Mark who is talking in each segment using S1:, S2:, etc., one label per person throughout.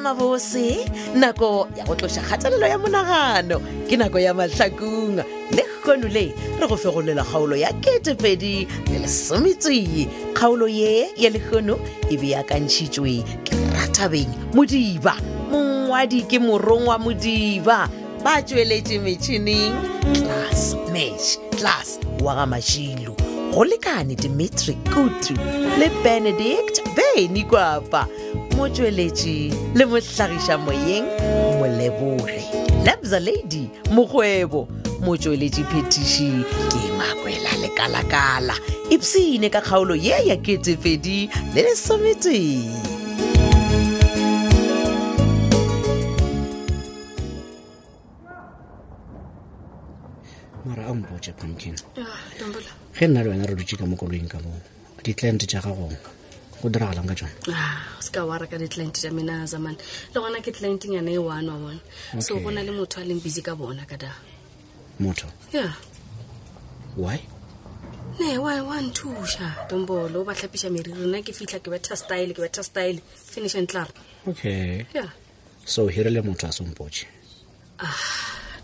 S1: mabose nako ya go tloša kgathalelo ya monagano ke nako ya mahlakong le kgono le re go fegolela kgaolo ya ketepedi le lesometswee kgaolo ye ya lekgono e beakantšhitšwe ke ratabeng modiba mongwadi ke morongwa modiba ba tsweletše metšhineng class match class wa ga mašilo go lekane dimitri kutu le benedict beny kwapa motsweletši le mohlagiša moyeng moleboge lebza lady mokgwebo motsweletši phetiši ke makwela lekalakala ipsene ka kgaolo ye ya ketefedi le lesometee
S2: mara a mpotse pumpkin
S3: Ah, tombola
S2: ge nna le wena re dutse ka mo koloing ka bong di-client tša gagong go diragalang ka tsone
S3: o seka wa raka Ah, di-client ja mena zamane le gona ke clienting yana e one wa bona so
S2: Okay.
S3: go na le motho a leng busy ka bona ka da
S2: motho
S3: ya
S2: why
S3: ne wa wa nthuša tombolo o ba tlhapiša meriri nna ke fitlha ke betha style ke betha style finish and clar
S2: okay
S3: ya
S2: so o hirile motho a sempotse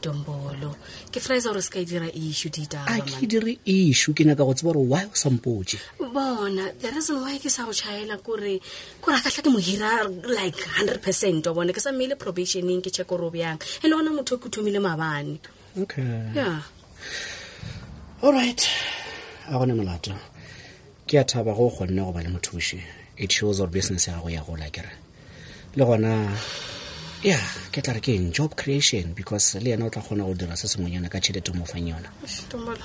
S3: tombolo ke frisa gore se ka e dira
S2: a
S3: issue
S2: ke
S3: ditaba
S2: dire issue ke nyaka go tseba gore why o sampotse
S3: bona the reason why ke sa go chaela kore kore a katlha ke mo hira like hundred percent wa bona ke sa mmeile probationeng ke check ore o bjang e le gona motho o ke o thomile mabane
S2: okay
S3: ya
S2: all right a gone molato ke a thaba go kgonne go ba le mothuši it shows or business ya gago ya gola kere le gona ya ke tla re ke eng job creation because le yena o tla kgona go dira se sengwenyana ka tšhelete o mo fang yona
S3: tombola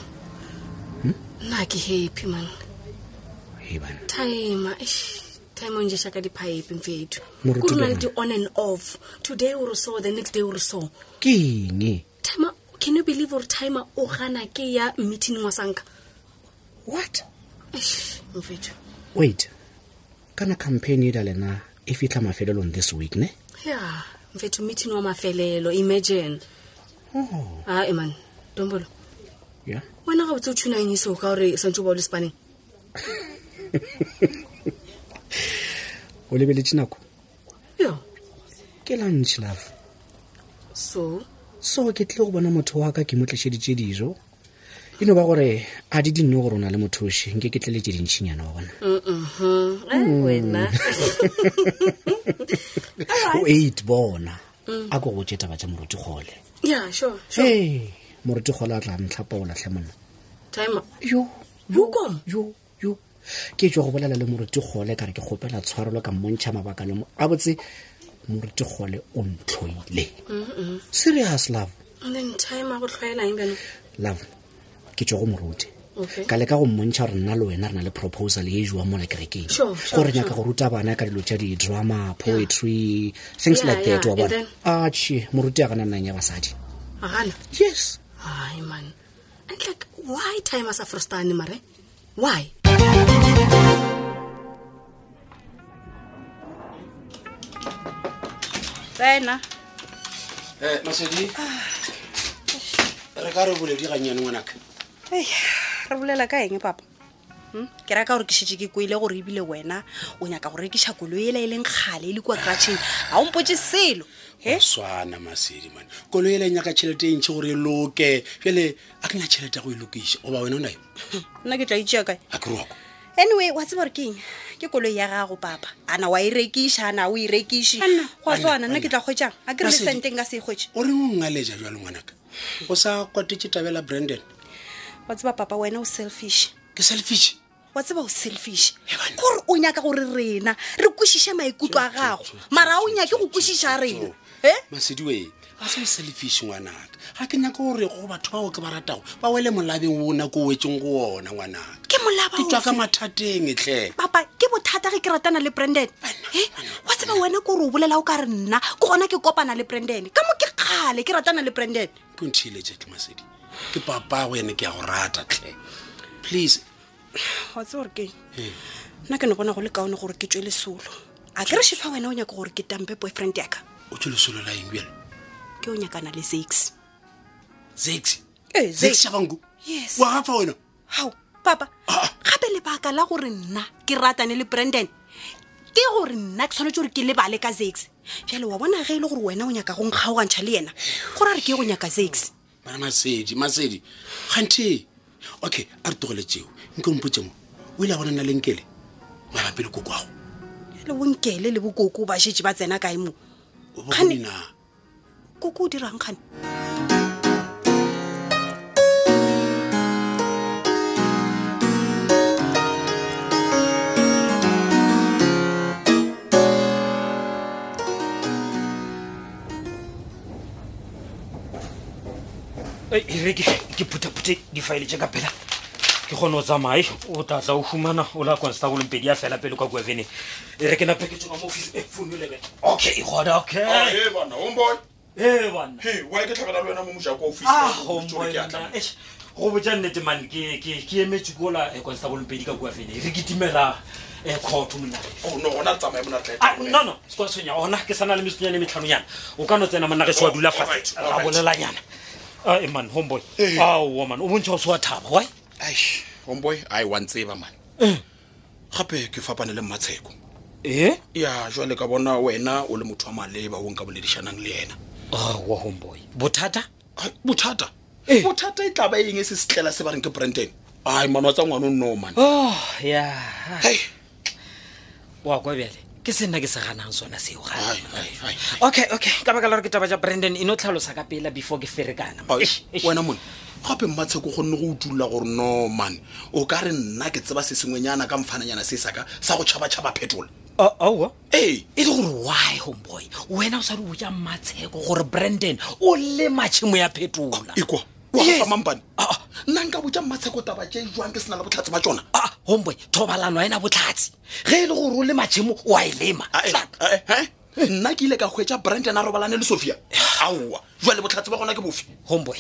S3: nna ke happy man
S2: ebana
S3: time eish, time o njesa ka di-pipe mfethu
S2: Moruti
S3: kore na
S2: le
S3: le
S2: wena.
S3: di-on and off today o re so the next day o re so
S2: ke eng
S3: time can you believe gore time o gana ke ya meeting wa sanka
S2: what
S3: Eish, mfethu
S2: wait kana campaign ela lena e fitlha mafelelong this week ne
S3: ya mfethu meeting wa mafelelo imagine
S2: oh
S3: ae man tombolo
S2: ya
S3: wena ga botse o thunang iseo ka gore santse o bao le sepaneng
S2: o lebeletse nako
S3: yo
S2: ke lunch love
S3: so
S2: so ke tlile go bona motho wa ka ke mo tlišeditše dijo e no ba gore a di dinne gore o na le mothoši nke ke tleletse dintšhinyana wa bona
S3: mhm. Eh, wena
S2: o eight bona a ko go tše taba tša moruti kgole
S3: ya sure sure
S2: ee moruti kgole a tla ntlhapaola tlhe monna
S3: time
S2: yo yo,
S3: Hukom?
S2: yo yo ke tswa go bolela le moruti kgole ka re ke kgopela tshwarelo ka mmontšha mabakane mo a botse moruti kgole o ntlhoile serious love
S3: and then time a go tlhwaelang bjano
S2: love ke tswa go moruti
S3: Okay.
S2: ka leka go mmontšha gore nna le wena re na le proposal e jwa mola kerekeng
S3: Sure, sure,
S2: gore
S3: sure.
S2: nyaka go ruta bana ka dilo tša di-drama poetry things
S3: Yeah,
S2: like that
S3: yeah,
S2: wa
S3: and
S2: bona
S3: then-
S2: ache moruti a gana nnang ya basadi
S3: a gana
S2: yes
S3: Ay man. And like why time as a frustani mare? Why?
S4: tsena
S5: Eh,
S2: masedi re ka re boledigannyane ngwanaka
S4: Ei, re bolela ka eng papa Hmm? ke raka gore ke šetse ke kwele gore ebile wena o nyaka go rekiša kolo ela e leng kgale e le kua cratšheng ga o mpotse selo he
S5: swana masedi mane koloi ele e nyaka tšhelete e ntšhi gore e loke bjale a kenya tšhelete ya go e lokiša goba wena o nae
S4: nna ke tla itšea kae
S5: a keroko
S4: anyway wa tseba gore ke eng ke koloi ya gago papa ana wa e rekiša ana o e rekiše
S5: Anna,
S4: go
S5: Anna,
S4: swana nna ke
S5: Anna.
S4: tla kgwetšang a ke re le
S5: Masedi.
S4: senteng ka se e kgwetše
S5: o reng o ngaletša jalo ngwanaka o sa kwatetse tabela brandon
S4: wa tseba papa wena o selfish
S5: ke selfish
S4: wa tseba o selfish
S5: Hebanna.
S4: kore o nyaka gore rena re kwešiše maikutlo a gago mara o nyake go kwešiša rena e
S5: masedi we a se o selfish ngwanaka ga ke nyaka gore go batho bao ke ba ratago ba wele molabeng o nako o wetseng go ona ngwanaka
S4: ke molaba
S5: ke tswa ka
S4: ofe?
S5: mathateng e tlhe
S4: papa ke bothata ge ke ratana le branden e wa tseba wena ke gore o bolela o ka re nna ke gona ke kopana le branden ka mo ke kgale ke ratana le branden
S5: ke ntheeletse ke masedi ke papago ene ke ya go rata tlhe please
S4: wa tse gore ke eng?
S5: Ee.
S4: nna ke ne bona go le kaone gore ke tswe lesolo a ke re shefa wena o nyaka gore ke tampe boyfriend yaka
S5: o tse lesolo la eng bjale
S4: ke o nyakana le six
S5: zax
S4: Eh, Zax.
S5: shabangu
S4: Yes.
S5: wa gafa wena
S4: gao papa
S5: Ah.
S4: gape lebaka la gore nna ke ratane le branden ke gore nna ke tshwanetse gore ke lebale ka zax bjale wa bona ge e le gore wena o nyaka go nkgaogantšha le ena gore a re ke ye go nyaka zax
S5: mara masedi masedi kganthe okay a re togele tseo nke ompotse mo o ile a bona nna le nkele mabapi le kokoago
S4: le bonkele le bokoko ba šetse ba tsena kae moo
S5: o
S4: Kgane-
S5: bokonina
S4: koko o dirang kgane
S6: Ei, ere ke ke phuthaphuthe difaele jaaka phela ke kgone go tsamaye o tatla o humana o la constable pedi a fela pele kwa kuaveneng e re ke nape ke tsoma mo office e phone lebe okay gona okay
S7: bana omboy
S6: e banna
S7: wy ke tlhabela le wena mo mojako
S6: Ah, homeboy, nna, eish, go botja nnete mane ke ke- ke emetse kola constable pedi ka kuaveneng re ke timela um court monna
S7: gona tsamaya
S6: Ah, no no sekwasonya ona ke sana le metsonyane e metlhanonyana o ka no tsena monna ge se wa dula
S7: Alright,
S6: fatshe
S7: alright.
S6: ra bolelanyana Ah, e man homeboy aowa man o bontšha o se wa thaba wi
S7: omboy ai wa ntseba mane
S6: Eh.
S7: gape ke fapane le mmatsheko
S6: ee
S7: ya jwale ka bona wena o le motho wa maleba o nka boledišanang le ena
S6: aowa Ah, homeboy bothata
S7: Ai, bothata
S6: Eh.
S7: bothata e tla ba eng e se setlela se ba reng ke branden ai mane wa tsa ngwane o nnoo mane
S6: oh ya
S7: Hei,
S6: wa kwa bjale ke se nna ke se ganang sona seo
S7: ai,
S6: ga
S7: ai, ai.
S6: okay okay ka baka la gore ke taba ja brandon e no tlhalosa ka pela before ke ferekana man.
S7: Ai,
S6: Eish, eish.
S7: wena mone gape mmatsheko go nne go utulola gore no mane o ka re nna ke tseba se sengwenyana ka mfananyana se saka sa go tšhabatšhaba phetola
S6: Ah, aowa
S7: ee
S6: e le gore why homeboy wena o sa di botja matsheko gore brandon o le matšhimo ya phetola
S7: ekwa wa go
S6: Yes.
S7: fa mampane
S6: Ah, ah.
S7: nna nka botja mmatsheko taba tše jwang ke sena le botlhatse ba tsona
S6: Ah, homeboy thobalano a ena botlhatsi ge e le gore o le matšhemo o a e lema
S7: Ae,
S6: Tla-
S7: ae, he? eh, nna ke ile ka hwetša branden a robalane le sophia aowa jwale botlhatse ba gona ke bofe
S6: homeboy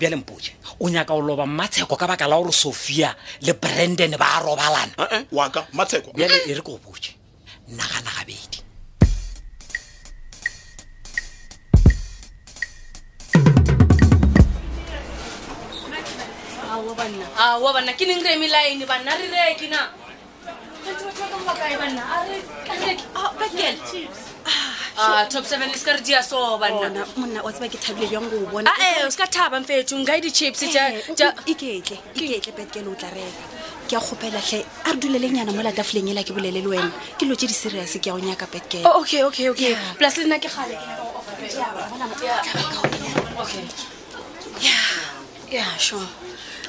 S6: bjale mpoje o nyaka o loba matsheko ka baka la gore sophia le brandon ba a robalana
S7: Eh, eh, wa ka matsheko
S6: bjale e re ko boje nagana gabedi
S3: ao banna ao banna ke neng re eme line banna re reke na Ah, top seven e se ka re dia so banna
S4: bona monna wa tseba ke thabile bjang go o bona
S3: ae Ah, eh, o se ka thaba mfetso nka e di-chips
S4: Eh, o- o- iketle iketle petkele o tla reka ke a kgopelatlhe a re dulelenyana mo latafoleng ela ke bolele le wena ke lo tse di serius ke ya o nyaka petkele
S3: Oh, okay okay okay plus le nna ke gale ke nyaka ho offer fela. Okay. Yeah, sure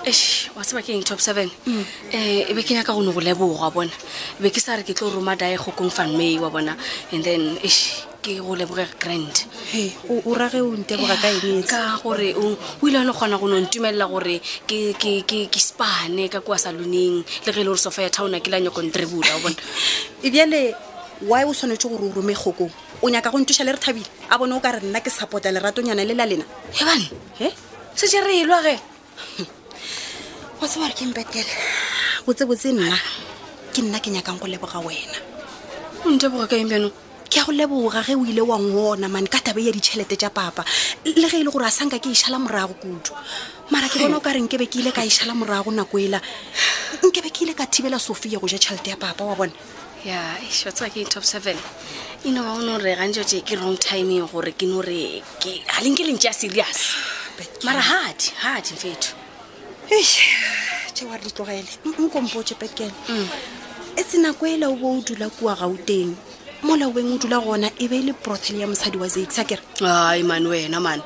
S3: Eish, wa tseba ke eng top seven um e be ke nyaka go ne go leboga bona E be ke sa re ke tlo roma dae gokong fan may wa bona and then eish, ke go leboge grand
S4: He, o o rage o nteboga ka eng etse
S3: ka gore o o ile a ne kgona go ne ntumelela gore ke- ke ke- ke spane ka kua saloneng le ge e le gore sofa ya town a ke la nyako ntribula wa bona
S4: ebjale wy E o tshwanetse gore o rome kgokong o nyaka go ntuša le re thabile a bone o ka re nna ke support-a leratonyana le la lena
S3: hebane
S4: e
S3: setse re elwa ge
S4: wa tseba gore ke mpetkele botsebotse nna ke nna ke nyakang go leboga wena
S3: o nteboga ka eng bjanong
S4: ke a go leboga ge o ile wa ngona mane ka tabe ya ditšhelete tša papa le ge e le gore a sanka ke išhala morago kudu mara ke bona o ka re nkebe ke ile ka išhala morago nako ela nkebe ke ile ka thibela sofia go ja tšhelete ya papa wa bone
S3: ya eish, wa tseba ke eng top seven eno wa o ne o regang jo tse ke wrong timeng gore ke no re ke ga lenke lentse ya serious mara hadi hadi mfetho
S4: tšeo a re di tlogele nkompotse petkele e se nako ela o bo o dula kua gauteng molaoeng o dula gona e be e le brothel ya mosadi wa zaisa kere
S3: ai man wena man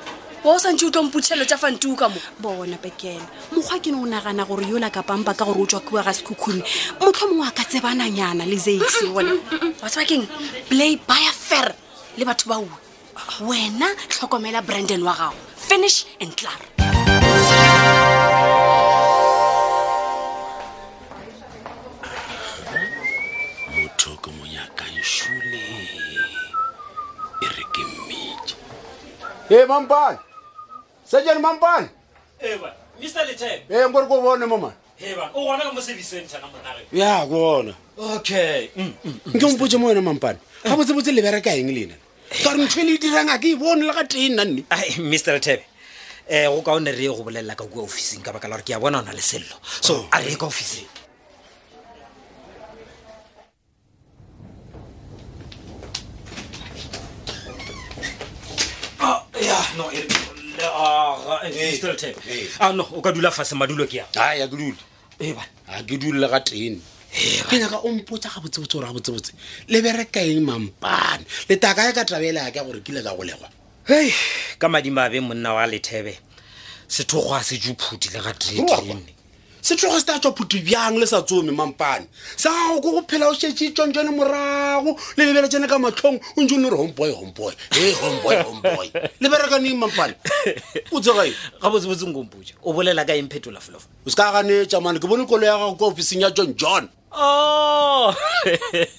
S3: wa o santse o tlo mputšhelo tsa fantuka mo
S4: bona pekele mokgwa ke ne o nagana gore yola ka pampa ka gore o tswa kua ga sekhukhune motlho mongwe a ka tsebananyana le zaisi bone
S3: wa tseba keng play baya fair le batho ba uwe wena tlhokomela brandon wa gago finish and clar
S5: motho ke monyakang šule e re ke mmete
S8: e mampane sejane mampane
S6: mr letebe
S8: e nkore ko bone mo mane
S6: heban o gona ka mo servicentšana monage
S2: ya kona
S6: okay mm.
S2: nke mpotse mo wena mampane ga botsebotse lebereka eng lena
S5: ka re ntho e le e dirang a ke e bone le ga tee nna nne
S6: ai mr letebe um go kaone re ye go bolelela ka kua officing ka baka la gore ke a bona o na le sello Oh. so a re ye ka officing no e re- le- aga, eh,
S5: Eh,
S6: Mr. Lethebe.
S5: eh.
S6: Ah, no o ka dula fase madulo ke yang
S5: aya ke dule
S6: Eh, bana.
S5: a ke dule ga tene ke nyaka o mpotsa gabotsebotse gore gabotsebotse le berekaeng mampane le taka ya ka tabela ya ka gore kile ka golegwa
S6: hei ka madimabe monna wa lethebe sethokgo a se juphudi le ga trekene
S5: se tloga se ta tswa phutho bjang le sa tsome mampane sa gago ke go phela o šetse tsontsone morago le lebele tsene ka matlhong o ntse o le re homeboy homeboy e homeboy homeboy le berekaneng mampane o tsegae
S6: ga botsebotseng kompoja o bolela ka eng phetola folofo
S5: o se ka ganetša mane ke bone kolo ya gago kwa officing ya john john Oh!
S6: o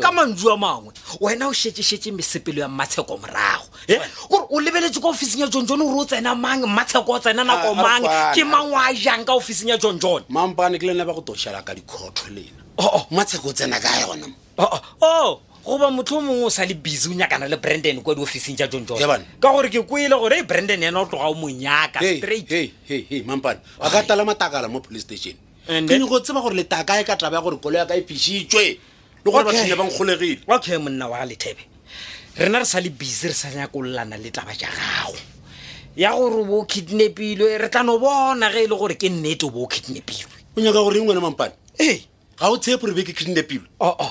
S6: ka mantsu a mangwe wena o šetšešetše mesepelo ya mmatsheko morago e kore o lebeletse ka officing ya john john gore o tsena mang mmatsheko o tsena nako
S5: A- a
S6: mang
S5: kwana.
S6: ke mang o a jang ka officing ya john john
S5: mampane ke lena ba go tošhela ka dikhotho lena
S6: Oh,
S5: matsheko o tsena ka yona mo
S6: o o goba motlho o mongwe o sa le busy o nyakana le brandon kwa di-officing tja john john
S5: He bana.
S6: ka gore ke kwele gore e brandon yena o tloga o monyaka
S5: Hey,
S6: straight
S5: hey, hey, hey, mampane a ka tala matakala mo police station
S6: And
S5: ke
S6: then-
S5: nyako tseba gore letaka e ka taba ya gore kolo ya ka e phišitswe le gore
S6: Okay.
S5: bathonya ba nkgolegile
S6: okay monna wa lethebe rena re sa le busy re sa nyakolollana le taba ja gago ya gore o bo o kidnapilwe re tla no bona ge e le gore ke nnete o bo o kidnapilwe
S5: o nyaka gore eng wena mampane
S6: ee
S5: ga o tshepe re be ke kidnapilwe
S6: oo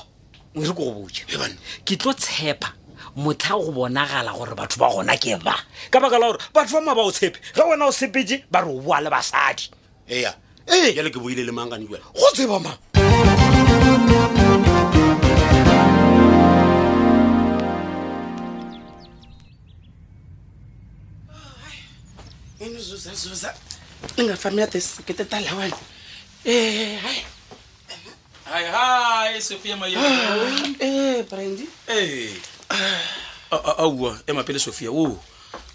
S6: ere ke go boja
S5: He bana.
S6: ke tlo tshepa motlha go bonagala gore batho ba gona ke ba ka baka la gore batho ba ma ba o tshepe ge wena o sepetse ba re o boa le basadi
S5: ea
S6: Ee.
S5: jale ke boile le mangkane jale
S6: go tseba mang
S5: zuzazuza ningafamia tesiketeta lawana Eh, hai.
S9: Hi, hi, Sophia Mayo.
S5: Eh, brandi
S9: Hey. Aua, ema pele Sophia. Oh.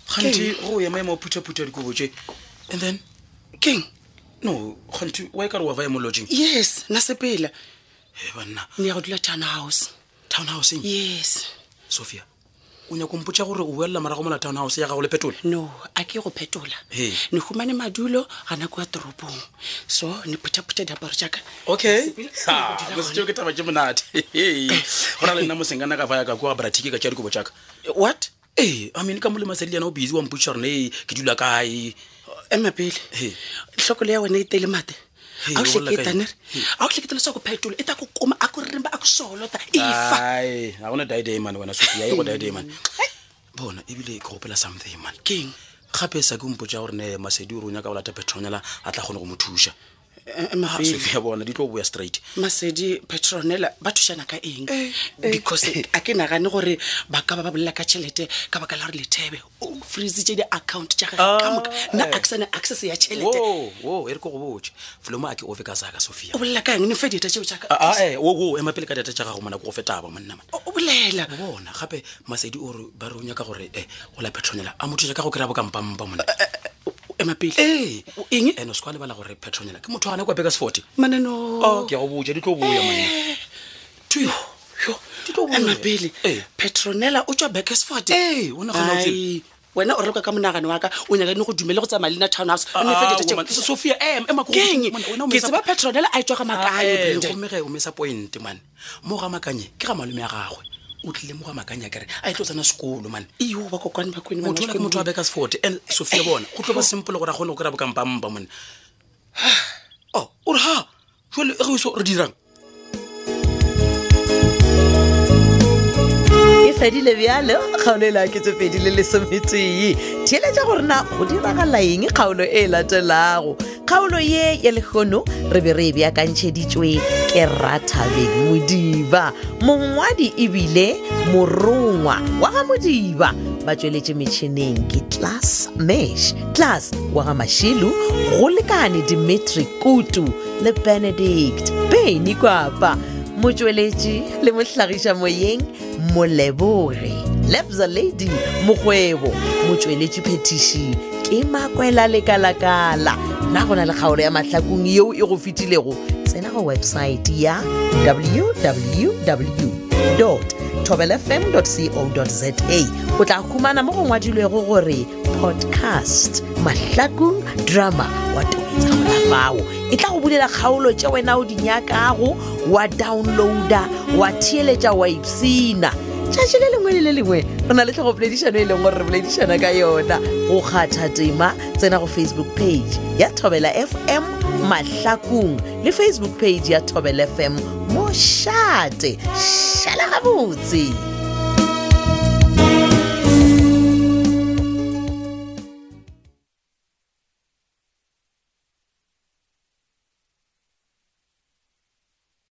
S9: Khanti go ya maemo puta puta dikobo tse. And then
S5: keng
S9: no, khanti
S6: e
S9: wa ka re wa vaya mo lodging.
S5: yes na sepela
S9: Eh banna,
S5: ne ya go dula town house
S9: town house eng?
S5: yes
S9: Sophia. O nya kompotsa gore o boela mara go mola town house ya gago le petola.
S5: no a ke go phetola
S9: Ee.
S5: ne humane madulo ga nako ya toropong so ne phuthaphutha diaparo jaaka
S9: Okay.
S5: Sepela, se
S9: Ha,
S5: ke go
S9: go
S5: dula
S9: se tshoke taba tse monate. Go na le nna mosengana ka vaya ka kwa bratiki ka tsa dikobo tsaka.
S5: what
S9: Eh, I mean ka mo le masedi yana o busy wa mpotsa gore ne ke dula kae.
S5: ema pele
S9: Ee.
S5: tlhokolo ya wena e tele mate
S9: Ee,
S5: a o
S9: o bolela ka
S5: hleketa
S9: eng?
S5: nere a o hleketa leswaku phetola e ta ku kuma a ku rimba a ku solota
S9: Ah.
S5: ifa
S9: ai ga gona diday man wena sophia e go diday man bona ebile ke gopela something man
S5: Keng?
S9: gape sa ke mpotsa gore ne masedi o re o nyaka o lata petronela a tla kgone go mo thusa Ah,
S5: mapele
S9: sophia bona di tlo boya straight
S5: masedi petronela ba thušana ka eng
S9: Eh,
S5: because a ke nagane gore ba ka ba ba bolela ka tšhelete ka baka la gore lethebe o freeze tše di-account tša gage ka moka nna
S9: Ah.
S5: a ke sana access ya tšhelete
S9: Wo, wo, e re ke go botse folomo a ke ofe ka saka sophia
S5: o bolela ka eng ne fe dieta tšeo tšaka
S9: Ah, ah, eh, wo, wo, ema pele ka data tša gago mona ke go fetaba monna man
S5: o bolela
S9: O bona gape masedi o re ba re o nyaka gore um go la petronela a mo thusa ka go kry-a bokampampa monna
S5: Eh. emapele
S9: ee
S5: o- eng?
S9: and o se kwa lebala gore petronela ke motho a ne kwa beka sefort
S5: manano
S9: ke a go botsa di tlo boya monna
S5: Eh. emapele
S9: Eh.
S5: petronela o tswa bakersford
S9: Ee, o nagana o tsebe.
S5: Ai, Eh, wena o reloka ka monagano wa ka o nyakane go dumele go tsamaya leina town house o nne
S6: Ah,
S5: fe dieta tšeo.
S9: sophia eh,
S5: keng ke tseba petronela a e tswa ga makane Brenda.
S9: gomme ge o mesa point man mo ga makanye ke ga malome ya gagwe o tlile mo ga makanye a kere a e tlo tsena sekolo man
S5: iyo bakokwane bakwene
S9: motho ola ke motho a beka sefort and sophia bona go tlo ba simple gore a kgone go kry-a bokampampa mone o
S5: Oh,
S9: ore ha jale ge iso re dirang
S1: e fedile bjalo kgaolo e le aketsopedi le lesometee theeletša gore na go diragala eng kgaolo e latelago kgaolo ye ya lekgono re be re e beakantšheditšwe ke rathabeng modiba mongwadi ebile morongwa wa ga modiba ba tsweletše metšhineng ke tlas mesh tlas wa ga mašilu go lekane dimitri kutu le benedict beny kwapa motsweletši le mohlagiša moyeng molebore lebza lady mokgwebo motsweletši phetiši ke makwela lekalakala nna go na le kgaolo ya mahlakong yeo e go fetilego tsena go websaete ya www tobelfm co za o tla humana mo go ngwadilwego gore podcast mahlakong drama wa tobetsa gona fao e tla go bulela kgaolo tše wena o di nyakago wa downloada wa theeletša wa ipsina tšatši le lengwe le le lengwe re na le tlhogopoledišano e leng gore re boledišana ka yona go kgatha tema tsena go facebook page ya thobela fm mahlakong le facebook page ya thobela fm mošate šhala gabotse